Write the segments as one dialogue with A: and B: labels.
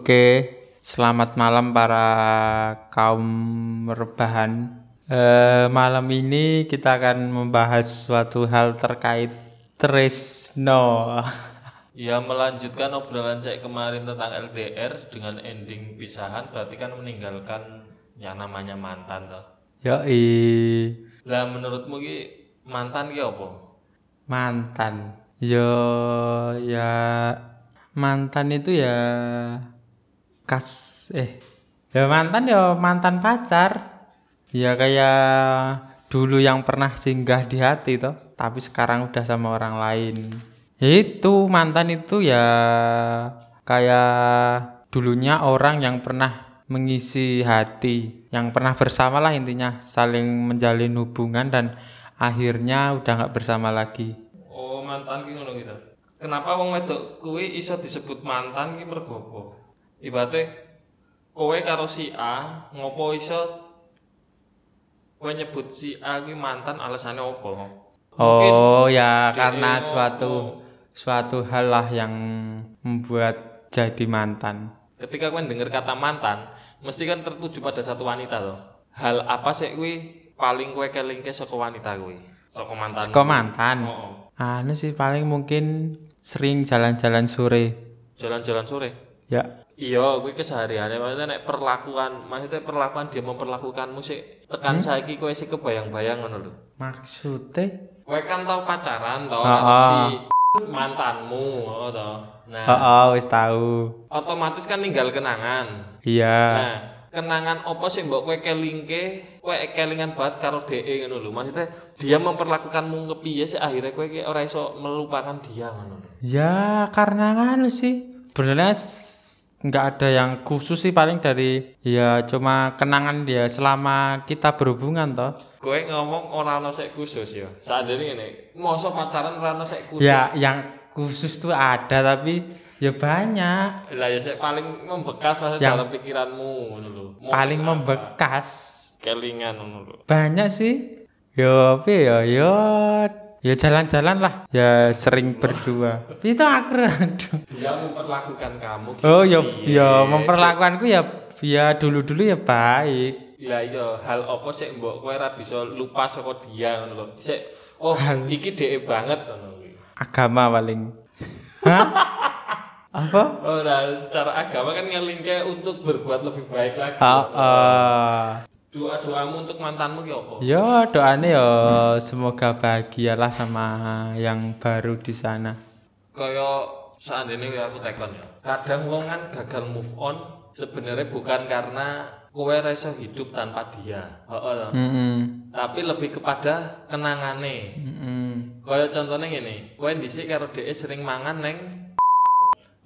A: Oke, selamat malam para kaum rebahan. Eh, malam ini kita akan membahas suatu hal terkait Tresno.
B: Ya melanjutkan obrolan cek kemarin tentang LDR dengan ending pisahan berarti kan meninggalkan yang namanya mantan toh.
A: Yoi,
B: Lah menurutmu ki mantan ki apa?
A: mantan. Yo, ya mantan itu ya kas eh ya mantan ya mantan pacar. Ya kayak dulu yang pernah singgah di hati toh, tapi sekarang udah sama orang lain. Ya itu mantan itu ya kayak dulunya orang yang pernah mengisi hati, yang pernah bersama lah intinya, saling menjalin hubungan dan akhirnya udah nggak bersama lagi.
B: Oh mantan ki ngono gitu. Kenapa wong wedok kuwi iso disebut mantan ki mergo apa? Ibate kowe karo si A ngopo iso kowe nyebut si A kuwi mantan alasannya apa?
A: Oh ya
B: dia
A: karena
B: mau-
A: suatu suatu hal lah yang membuat jadi mantan.
B: ketika kalian dengar kata mantan mesti kan tertuju pada satu wanita loh hal apa sih kui paling kue kelingke saka wanita kui saka mantan
A: Seko mantan.
B: Oh, oh.
A: Anu sih paling mungkin sering jalan-jalan sore.
B: jalan-jalan sore
A: Ya.
B: iya kui kesehariannya maksudnya nek perlakuan maksudnya perlakuan dia memperlakukanmu sih tekan
A: Hmm?
B: saiki kue sih kebayang-bayang ngono lho
A: Maksudnya?
B: kue kan tau pacaran tau
A: Ah,
B: karo
A: ah.
B: si mantanmu oh tau nah
A: Oh, oh wis tahu.
B: otomatis kan ninggal kenangan
A: Iya.
B: Nah, kenangan apa sih mbok kowe kelingke, kowe kelingan banget karo DE ngono lho. Maksudnya dia memperlakukanmu kepiye sih akhirnya kowe ki ora iso melupakan dia ngono lho.
A: Ya karena anu sih. Sebenarnya s- nggak ada yang khusus sih paling dari ya cuma kenangan dia selama kita berhubungan toh.
B: Kowe ngomong ora ono sik khusus ya. Sakjane ngene, mosok pacaran ora ono sik khusus.
A: Ya yang khusus tuh ada tapi ya banyak.
B: Lah ya sik paling membekas maksudnya
A: Yang-
B: dalam pikiranmu ngono lho.
A: Ya.
B: Mau
A: Paling
B: apa?
A: membekas.
B: kelingan ngono lho.
A: banyak sih yo apa ya yo ya jalan-jalan lah ya sering berdua itu akrab
B: Dia memperlakukan kamu gitu.
A: oh yo yo memperlakuanku ya ya dulu-dulu ya baik
B: Lah iya, hal apa sih mbok kowe ora bisa lupa saka dia ngono lho. Sik oh iki dhek banget ngono kuwi.
A: agama paling Hah? apa
B: Oh, nah, secara agama kan ngelingke untuk berbuat lebih baik lagi.
A: oh, oh.
B: Doa-doamu untuk mantanmu ki apa?
A: yo doanya yo ya, semoga bahagialah sama yang baru di sana
B: Kaya seandainya kaya aku tekon ya. Kadang wong kan gagal move on sebenarnya bukan karena kowe ra iso hidup tanpa dia. Heeh. toh.
A: Hmm. Mm-mm.
B: Tapi lebih kepada kenangane.
A: Mm-mm.
B: Kaya contohnya ngene, kowe dhisik karo dhek sering mangan neng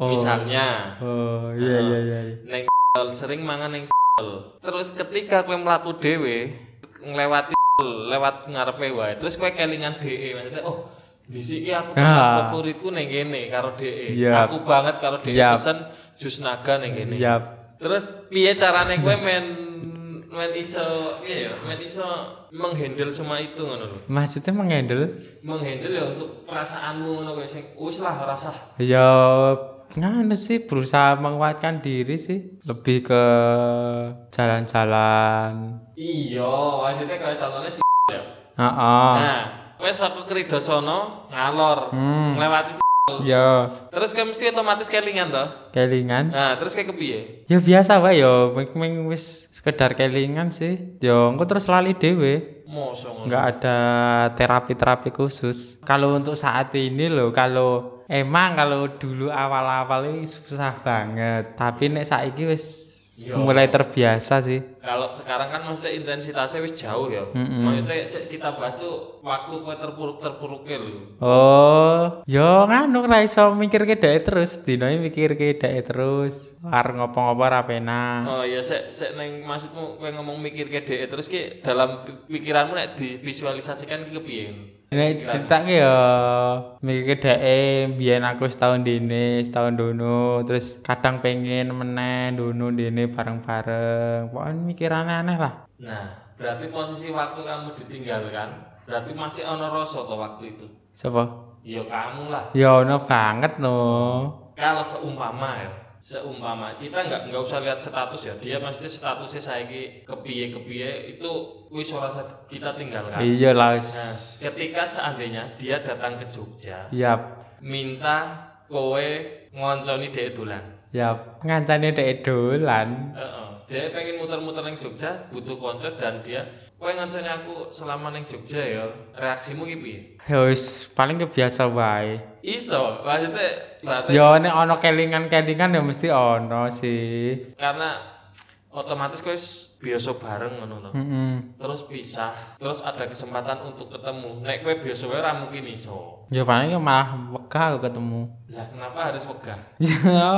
A: Oh.
B: misalnya
A: oh iya iya iya
B: neng sering mangan neng terus ketika kowe mlaku dhewe nglewati lewat ngarepe wae terus kowe kelingan DE maksudnya oh di sini aku
A: Ah.
B: tempat favoritku neng kene karo DE
A: Yap.
B: aku banget karo DE
A: Yap.
B: pesen jus naga neng kene
A: Yap.
B: terus piye carane kowe men men iso piye ya men iso menghandle semua itu ngono lho
A: maksudnya menghandle
B: menghandle ya untuk perasaanmu ngono kowe sing wis lah ora usah
A: Ya nganu sih berusaha menguatkan diri sih lebih ke jalan-jalan.
B: iya maksudnya kaya contohnya si ya
A: Heeh.
B: Nah, wes aku kerido sono ngalor,
A: Hmm.
B: nglewati s***.
A: Ya
B: terus kowe mesti otomatis kelingan toh.
A: kelingan.
B: Nah, terus kowe kepiye?
A: Ya biasa wae ya ming ming wis sekedar kelingan sih. Ya engko terus lali dhewe.
B: Mosok ngono.
A: Enggak ada terapi-terapi khusus. Kalau untuk saat ini loh kalau emang kalau dulu awal-awal ini susah banget. Tapi nek saiki wis
B: Yo.
A: mulai terbiasa sih.
B: Kalau sekarang kan maksudnya intensitasnya wis jauh ya. Maksudnya se- kita bahas tuh waktu kowe terpuruk-terpuruk lho.
A: Oh, yo nganu ra iso mikirke dhek terus, dinoe mikirke dhek terus. Arep ngopo-ngopo ra penak.
B: Oh iya sek sek neng maksudmu kowe ngomong mikir ke dhek terus ki dalam pi- pikiranmu nek divisualisasikan ki kepiye?
A: Nek ya, ceritake yo mikirke dhek biyen aku setahun dini, setahun dono, terus kadang pengen meneh dono dini bareng-bareng. Pokoknya mikirannya aneh lah.
B: Nah, berarti posisi waktu kamu ditinggalkan, berarti masih ono rasa toh waktu itu.
A: Sopo?
B: Ya kamu lah.
A: Yo ono banget no.
B: Kalau seumpama ya, seumpama kita nggak nggak usah lihat status ya dia maksudnya statusnya saya ki kepiye kepiye itu wis ora usah kita tinggalkan
A: iya lah
B: nah,
A: wis.
B: ketika seandainya dia datang ke Jogja
A: yap
B: minta kowe ngonconi dhek dolan
A: yap ngancane dek dolan
B: Heeh. Dia pengen muter-muter neng Jogja, butuh konser dan dia, kowe ngancani aku selama neng Jogja ya. Reaksimu ki piye?
A: Ya wis paling kebiasa wae
B: Iso, maksudnya berarti
A: ya nek ana kelingan-kelingan ya mesti ono sih
B: karena otomatis kowe s- biasa bareng ngono to.
A: heeh
B: Terus pisah, terus ada kesempatan untuk ketemu. Nek kowe biasa wae ora mungkin iso.
A: ya paling ya malah wegah aku ketemu
B: Lah kenapa harus wegah?
A: ya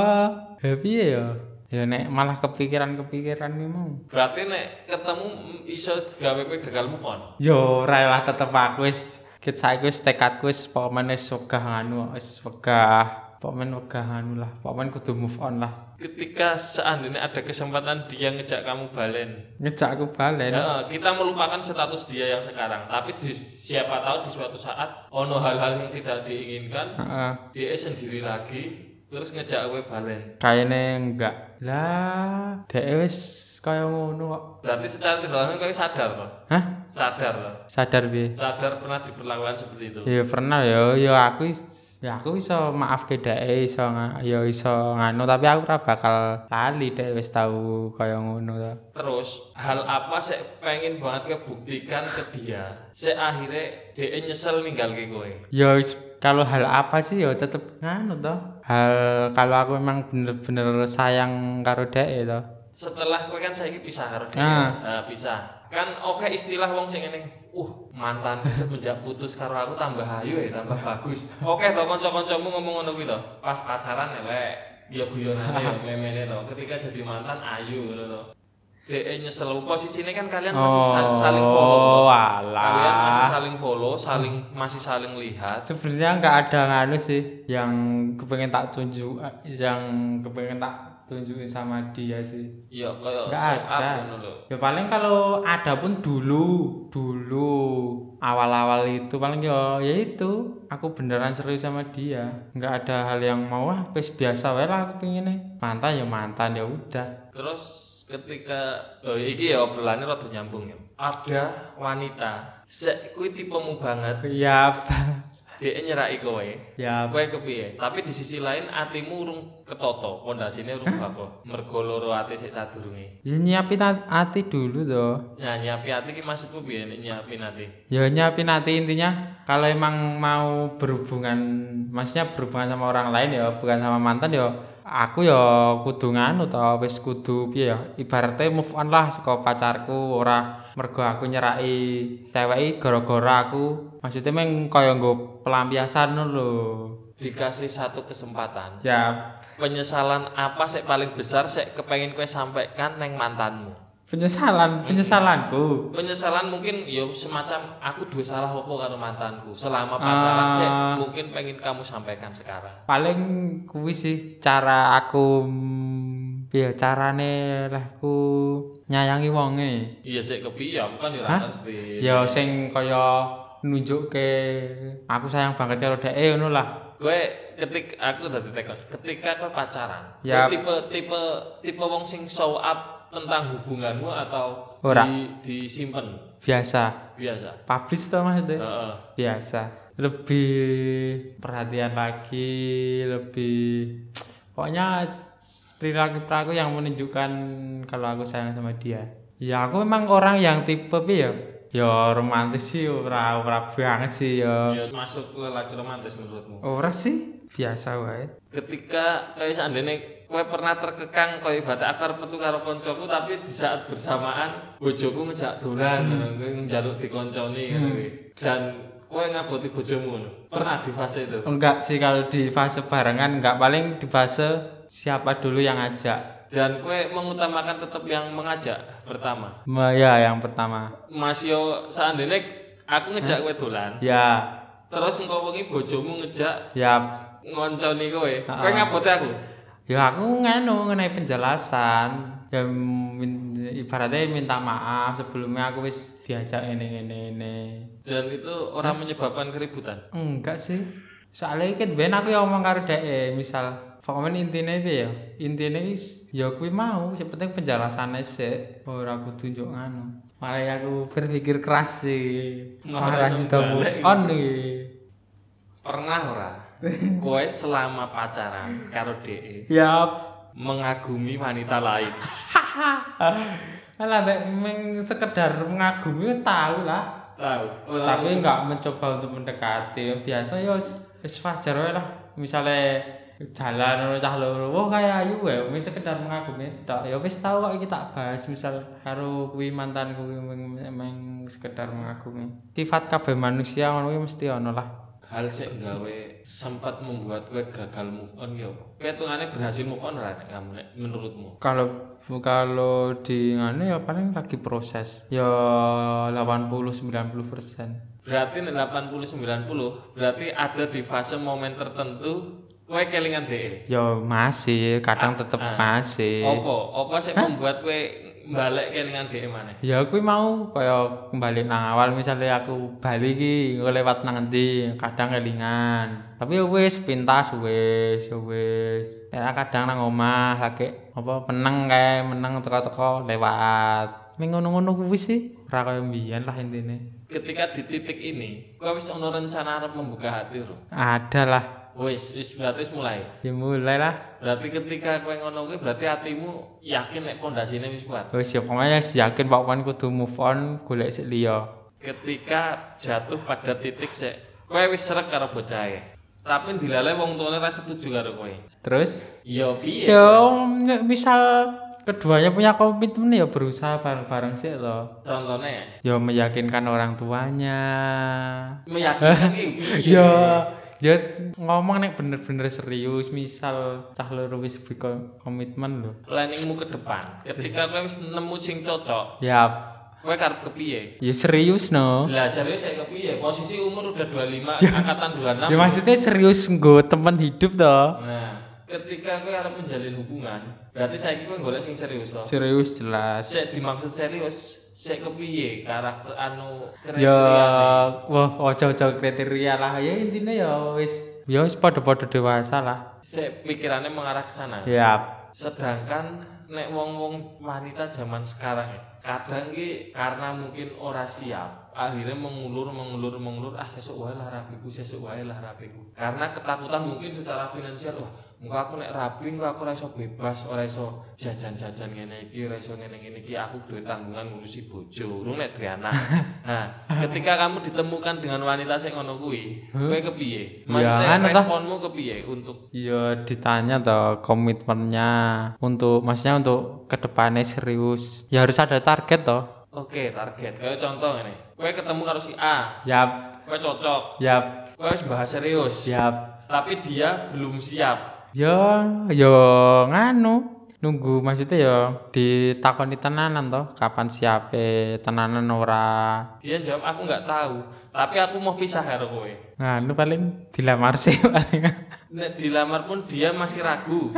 A: ya piye ya ya nek malah kepikiran-kepikiran iki mau
B: Berarti nek ketemu mm, iso gawe kowe gagal move on.
A: Yo ora lah tetep aku wis kit saiki wis tekadku wis pokoke wis wegah anu wis wegah pokoke wegah anu lah pokoke kudu move on lah
B: Ketika seandainya ada kesempatan dia ngejak kamu balen,
A: ngejak aku balen
B: Ya, kita melupakan status dia yang sekarang, tapi di, siapa tahu di suatu saat ono hal-hal yang tidak diinginkan,
A: heeh
B: dia sendiri lagi terus ngejak gue balen.
A: kayaknya enggak lah dhek wis kaya ngono kok
B: Berarti secara tidak langsung kau sadar loh,
A: hah
B: sadar loh,
A: sadar piye
B: sadar pernah diperlakukan seperti itu.
A: ya pernah yo yo aku is- ya aku iso maaf ke dhek e, iso nga- yo iso nganu tapi aku ora bakal lali dhek wis tau kaya ngono to
B: Terus hal apa saya pengen banget kebuktikan ke dia, saya akhirnya dia nyesel ninggal ke gue.
A: Ya wis, kalau hal apa sih ya tetep nganu toh. Hal kalau aku emang bener-bener sayang karo dek ya toh.
B: setelah kowe kan saiki pisah karo dia.
A: Ah.
B: Nah, pisah. Kan oke istilah wong sing ngene, "Uh, mantan semenjak putus karo aku tambah ayu ya, tambah bagus." Oke to kanca-kancamu ngomong ngono kuwi to. Pas pacaran elek, ya guyonane ya memene to. Ketika jadi mantan ayu ngono to. Dek nyesel posisinya kan kalian masih sal- saling follow.
A: Oh,
B: Kalian masih
A: alah.
B: saling follow, saling masih saling lihat.
A: Sebenarnya nggak ada nganu sih yang kepengen tak tunjuk yang kepengen tak tunjukin sama dia sih.
B: Ya kayak
A: Nggak
B: set up
A: ada.
B: ngono lho.
A: Ya paling kalau ada pun dulu, dulu awal-awal itu paling ya ya itu aku beneran serius sama dia. Nggak ada hal yang mau ah wis biasa wae lah aku pinginnya. Mantan ya mantan ya udah.
B: Terus ketika oh, iki ya obrolannya rada nyambung ya. Ada wanita sek kuwi tipemu banget,
A: Yap.
B: dhek nyeraki kowe.
A: Yap.
B: Kowe kepiye? Tapi di sisi lain atimu urung ketoto, pondasine urung bakoh. Mergo loro ati sik sadurunge.
A: Ya nyiapin hat- hati dulu toh.
B: Nah, nyiapi ati ki maksudku piye nek nyiapi ati?
A: Ya nyiapin hati intinya kalau emang mau berhubungan maksudnya berhubungan sama orang lain ya bukan sama mantan ya aku ya kudu nganu toh wis kudu piye ya ibaratnya move on lah saka pacarku ora mergo aku nyeraki cewek iki gara-gara aku maksudnya meng kaya nggo pelampiasan ngono lho
B: Dikasih satu kesempatan.
A: ya
B: Penyesalan apa sik paling besar sik kepengin kowe sampaikan neng mantanmu?
A: penyesalan penyesalanku
B: penyesalan mungkin ya semacam aku dua salah opo karo mantanku selama pacaran
A: Ah.
B: sih mungkin pengen kamu sampaikan sekarang
A: paling kuwi sih cara aku mm, piye carane lehku nyayangi wonge
B: iya sih kepiye aku kan ya ora
A: Hah?
B: ngerti
A: ya sing kaya nunjukke aku sayang banget karo dhek eh, ngono lah
B: gue ketik aku udah tekon ketika gue pacaran
A: Yap.
B: gue tipe tipe tipe wong sing show up tentang hubunganmu atau
A: Ora.
B: di disimpan
A: biasa
B: biasa
A: publish to maksudnya
B: Heeh.
A: biasa lebih perhatian lagi lebih pokoknya perilaku perilaku yang menunjukkan kalau aku sayang sama dia ya aku memang orang yang tipe pi ya ya romantis sih ora ora banget sih ya
B: ya masuk lelaki romantis menurutmu
A: ora sih biasa wae
B: ketika kayak seandainya kowe pernah terkekang koyo bata akar petu karo koncoku tapi di saat bersamaan bojoku ngejak dolan ngono kowe njaluk dikonconi ngono kuwi. dan kowe ngaboti bojomu ngono pernah di fase itu
A: enggak sih kalau di fase barengan enggak paling di fase siapa dulu yang ngajak
B: dan kowe mengutamakan tetap yang mengajak pertama
A: Ma- ya yang pertama
B: Mas yo seandainya aku ngejak kowe dolan
A: ya
B: terus engko wengi bojomu ngejak
A: ya
B: ngonconi kowe kowe ngaboti aku
A: Ya aku nganu mengenai penjelasan. Ya min- ibaratnya minta maaf sebelumnya aku wis diajak ini ini ini.
B: dan itu orang menyebabkan keributan
A: Enggak sih. soalnya kan ben aku ya omong karo dhek e, misal pokoknya intinya apa ya intinya is ya aku mau yang penting penjelasannya sih ora aku tunjuk anu malah aku berpikir keras sih
B: Malah
A: malah
B: iso
A: kita move
B: balik.
A: on nih
B: Pernah ora? Kowe selama pacaran karo DE
A: ya
B: mengagumi wanita lain.
A: Alah nek meng sekedar mengagumi tahu lah.
B: Tahu. Ora-
A: Tapi nggak mencoba untuk mendekati. Biasa ya wis wis wajar wae lah. Misale jalan ono cah loro, wah kayak ayu wae, wis sekedar mengagumi tok. Ya wis tahu kok iki tak bahas misal karo kuwi mantan kuwi meng, meng sekedar mengagumi. Sifat kabeh manusia ngono kuwi mesti ono lah.
B: hal sing gawe sempat membuat kowe gagal move on ya apa? Kowe hitungane berhasil move on ora nek kamu nek menurutmu?
A: Kalau kalau di ngene ya paling lagi proses. Ya 80 90%.
B: Berarti nek 80 90 berarti ada di fase momen tertentu kowe kelingan E. DE.
A: Ya masih, kadang tetep
B: ah.
A: masih.
B: Apa? Apa sing membuat kowe balik kelingan DE maneh?
A: Ya aku mau kaya kembali nang awal misalnya aku balik iki aku lewat nang endi, kadang kelingan. Tapi ya wis pintas wis ya wis. Ya kadang nang omah lagi apa meneng kae meneng teko-teko lewat. Ming ngono-ngono kuwi sih, ora kaya mbiyen lah intine.
B: Ketika di titik ini, kowe wis ono rencana arep membuka hati lho.
A: Ada lah,
B: Wis, wis berarti wis mulai.
A: ya mulai lah.
B: Berarti ketika kowe ngono kuwi berarti hatimu yakin nek pondasine wis kuat.
A: Wis ya pokoknya wis yakin pokoke kudu move on golek sik liya.
B: ketika jatuh pada titik sik kowe wis srek karo bocah e tapi dilale wong tuane ra setuju karo kowe
A: Terus
B: ya piye
A: Ya, nek misal keduanya punya komitmen ya berusaha bareng-bareng sih loh.
B: contohnya
A: Ya meyakinkan orang tuanya.
B: meyakinkan kan iki piye?
A: Ya, ya ngomong nek bener-bener serius, misal cah loro wis bi- ko- komitmen loh.
B: planningmu ke depan ketika kowe wis nemu sing cocok
A: Ya,
B: kowe karep kepiye
A: ya serius no.
B: lah serius sik kepiye posisi umur udah 25 angkatan
A: Ya
B: 26
A: maksudnya serius nggo teman hidup toh.
B: nah ketika kowe arep menjalin hubungan berarti saiki kowe golek sing serius to
A: Serius jelas.
B: sik dimaksud serius sik kepiye karakter anu
A: Ya,
B: kriteriane?
A: wah ojo-ojo kriteria lah. Ya intinya ya wis ya wis padha-padha dewasa lah.
B: Sik pikirannya mengarah ke sana.
A: Ya,
B: Sedangkan nek wong-wong wanita zaman sekarang ya, kadang ki karena mungkin ora siap, akhirnya mengulur mengulur mengulur ah sesuk wae lah rapiku, sesuk wae lah rapiku. Karena ketakutan mungkin secara finansial wah muka aku nek rapi engko aku ora iso bebas, ora iso jajan-jajan ngene iki, ora iso ngene-ngene iki, aku duwe tanggungan ngurusi bojo, urung nek duwe anak. Nah, ketika kamu ditemukan dengan wanita sing ngono kuwi, kowe
A: Ya,
B: kepiye? Maksudnya
A: anu toh.
B: responmu kepiye untuk
A: Ya ditanya toh komitmennya untuk maksudnya untuk kedepannya serius. Ya harus ada target toh.
B: Oke, target. Kayak contoh ini. Kowe ketemu karo si A,
A: Yap,
B: kowe cocok,
A: yap,
B: kowe harus bahas serius.
A: yap.
B: Tapi dia belum siap.
A: Yo, yo nganu nunggu maksudnya yo ditakoni tenanan toh kapan siape tenanan ora
B: Dia jawab aku nggak tahu, tapi aku mau pisah karo kowe.
A: nganu paling dilamar sih paling
B: Nek dilamar pun dia masih ragu.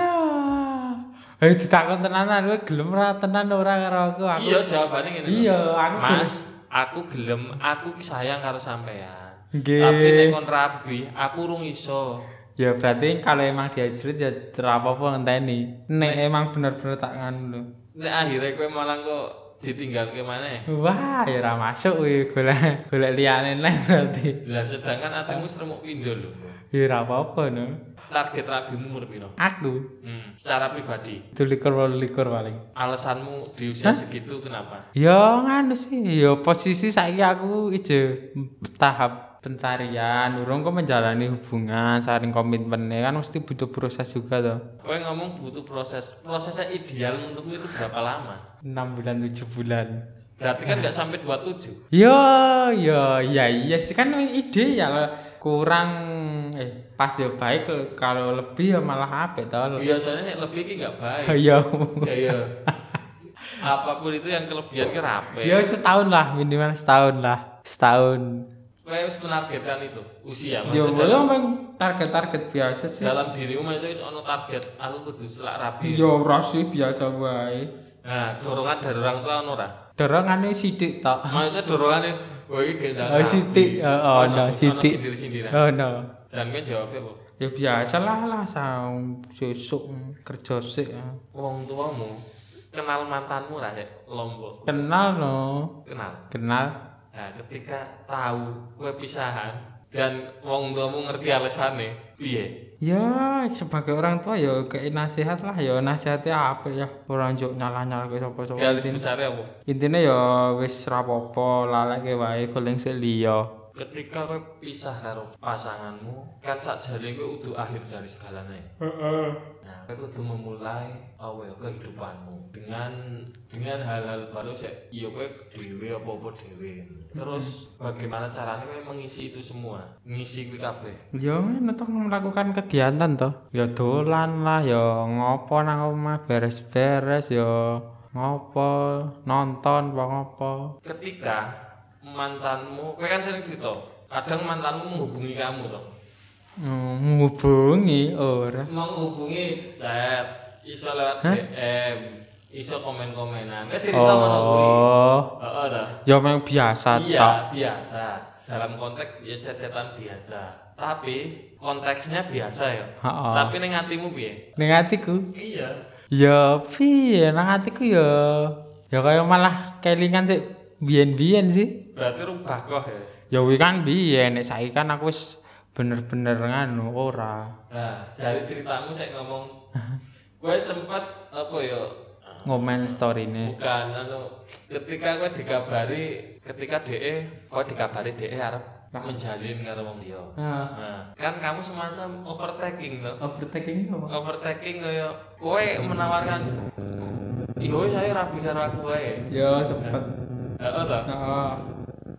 A: ayo ditakon tenanan gue gelem ra tenan ora karo aku aku
B: Iya jawabannya ngene. lho.
A: iya aku
B: Mas, aku gelem, aku sayang karo sampean.
A: Nggih.
B: Tapi nek kon rabi, aku urung iso.
A: Ya berarti kalau emang dia istri ya apa-apa ngenteni. Nek emang bener-bener tak nganu lho.
B: Nek akhirnya kowe malah kok ditinggal ke mana?
A: Wah, ya ora masuk kuwi golek golek liyane neh berarti.
B: Lah sedangkan atimu seremuk pindho lho.
A: Ya ora apa-apa no.
B: Target rabimu umur piro?
A: Aku
B: Hmm, secara pribadi,
A: itu likur-likur paling.
B: alasanmu di usia segitu kenapa?
A: Ya nganu sih, ya posisi saiki aku ijo tahap pencarian, urung kok menjalani hubungan, saring komitmennya kan mesti butuh proses juga toh.
B: Kowe ngomong butuh proses, prosesnya ideal menurutmu itu berapa lama?
A: 6 bulan 7 bulan.
B: Berarti kan nggak sampai 27
A: Yo, yo, ya iya sih kan memang ide ya lo. kurang eh pas ya baik lo. kalau lebih ya malah apa tau lo.
B: Biasanya yang lebih ini nggak baik.
A: Yo,
B: Ya ya. Apapun itu yang kelebihan ke rapi.
A: yo Ya, setahun lah minimal setahun lah setahun.
B: Kowe harus menargetkan itu usia.
A: Yo,
B: maksudnya kan
A: yo memang target-target biasa sih.
B: dalam dirimu itu harus ono target. Aku kudu selak rapi.
A: Yo rasi biasa wae.
B: Nah, dorongan dari orang tua ono ora?
A: Dorongane sidik tok.
B: Maksudnya dorongannya, wah ini gak
A: Oh,
B: rapi.
A: sidik, oh, oh,
B: Ono-
A: no,
B: ono
A: sidik.
B: sindir-sindiran.
A: Oh no.
B: Dan kowe jawabnya apa?
A: ya biasa lah lah saung sesuk kerja sik
B: Wong tuamu kenal mantanmu lah ya, lombok.
A: kenal no
B: Kenal.
A: kenal
B: Nah, ketika tahu kowe pisahan dan wong tuamu ngerti alasannya, piye?
A: ya sebagai orang tua ya kayak nasihat lah ya nasihatnya apa ya orang juk nyalah nyalah ke sopo sopo
B: Garis besarnya apa?
A: intinya ya wis rapopo lalek ke wae guling sik liya
B: ketika kowe pisah karo pasanganmu kan sakjane kowe kudu akhir dari segalanya nah kowe kudu memulai awal kehidupanmu dengan dengan hal-hal baru sik ya kowe dhewe apa-apa dhewe terus bagaimana caranya kowe mengisi itu semua ngisi kuwi kabeh
A: ya ngono toh melakukan kegiatan toh ya dolan lah ya ngopo nang omah beres-beres ya ngopo nonton apa ngopo
B: ketika mantanmu kowe kan sering cerita kadang mantanmu menghubungi kamu toh
A: Hmm, menghubungi ora
B: menghubungi chat iso lewat DM iso komen-komenan eh cerita mana kuwi
A: oh
B: heeh dah
A: ya memang biasa
B: Iya,
A: toh
B: biasa. Dalam konteks ya cecetan biasa. Tapi konteksnya biasa ya.
A: Ha-ha.
B: Tapi ning atimu piye?
A: ning atiku
B: Iya.
A: ya piye nang atiku ya ya kaya malah kelingan sih biyen-biyen sih
B: Berarti rubah koh ya.
A: ya kuwi kan biyen nek saiki kan aku wis bener-bener nganu ora
B: Nah, dari ceritamu saya ngomong gue sempat apa ya?
A: ngomen storyne
B: Bukan anu ketika gue dikabari ketika DE kau dikabari DE harap menjalin karo wong liya.
A: nah
B: Nah, kan kamu semacam overtaking loh.
A: overtaking apa
B: Overtaking kaya kowe menawarkan Iyo saya rapi karo aku wae.
A: ya sempet Nah,
B: Heeh ta.
A: heeh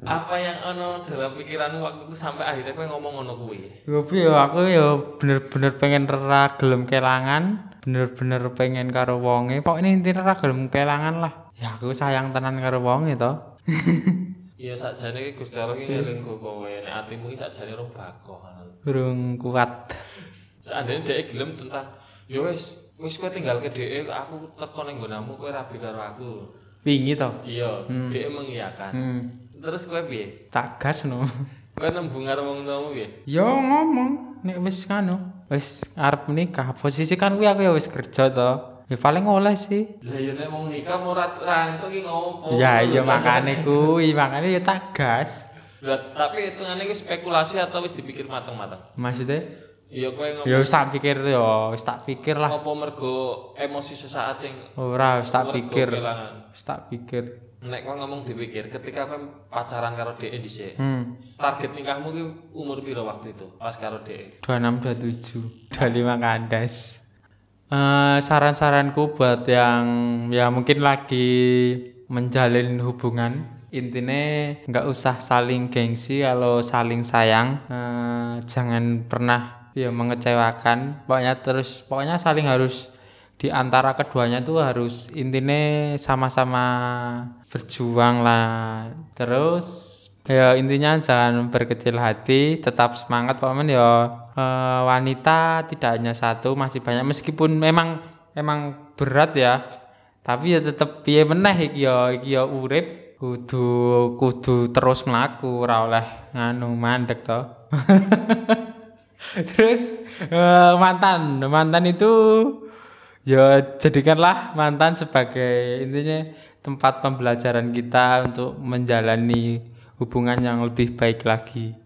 B: Apa yang ono dalam pikiranmu waktu itu sampai akhirnya kowe ngomong ngono kuwi?
A: Tapi ya aku ya bener-bener pengen ra gelem kelangan, bener-bener pengen karo wonge. Pokoknya intinya ra gelem kelangan lah. Ya aku sayang tenan karo wonge to.
B: Iya sakjane iki Gusti Allah iki ngeling kowe nek atimu iki sakjane roh bakoh.
A: Burung kuat.
B: Seandainya dhek gelem tentang ya wis wis kowe tinggal ke dhek aku teko ning nggonamu kowe rabi karo aku.
A: Wingi to.
B: Iya, dhek mengiyakan.
A: Hmm,
B: Terus kowe piye?
A: tak gas no.
B: Kowe nembung karo wong tuamu piye?
A: Yo ngomong nek wis kanu, wis arep nikah. Posisi kan kuwi aku ya wis kerja to. Ya paling oleh sih.
B: Lah yo nek wong nikah ora rantuk iki ngopo?
A: ya iya makane kuwi, makane ya tak gas.
B: Lah tapi hitungannya wis spekulasi atau wis dipikir mateng-mateng.
A: Maksudnya
B: Iya kowe ngomong
A: ya wis tak pikir ya, wis tak pikir lah.
B: apa mergo emosi sesaat sing
A: Ora wis tak
B: mergo
A: pikir.
B: kelangan.
A: Wis tak pikir.
B: Nek kowe ngomong dipikir ketika kowe pacaran karo DE dhisik.
A: Hmm,
B: Target nikahmu ki umur piro waktu itu pas karo E? DE?
A: 26, 27, 25 kandas. Eh, saran-saranku buat yang ya mungkin lagi menjalin hubungan intinya nggak usah saling gengsi kalau saling sayang Eh, jangan pernah ya mengecewakan pokoknya terus pokoknya saling harus di antara keduanya tuh harus intinya sama-sama berjuang lah terus ya intinya jangan berkecil hati tetap semangat Pak Men ya eh, wanita tidak hanya satu masih banyak meskipun memang emang berat ya tapi ya tetep piye meneh iki ya iki ya urip kudu kudu terus mlaku ora oleh nganu mandek toh Terus eh, mantan, mantan itu ya jadikanlah mantan sebagai intinya tempat pembelajaran kita untuk menjalani hubungan yang lebih baik lagi.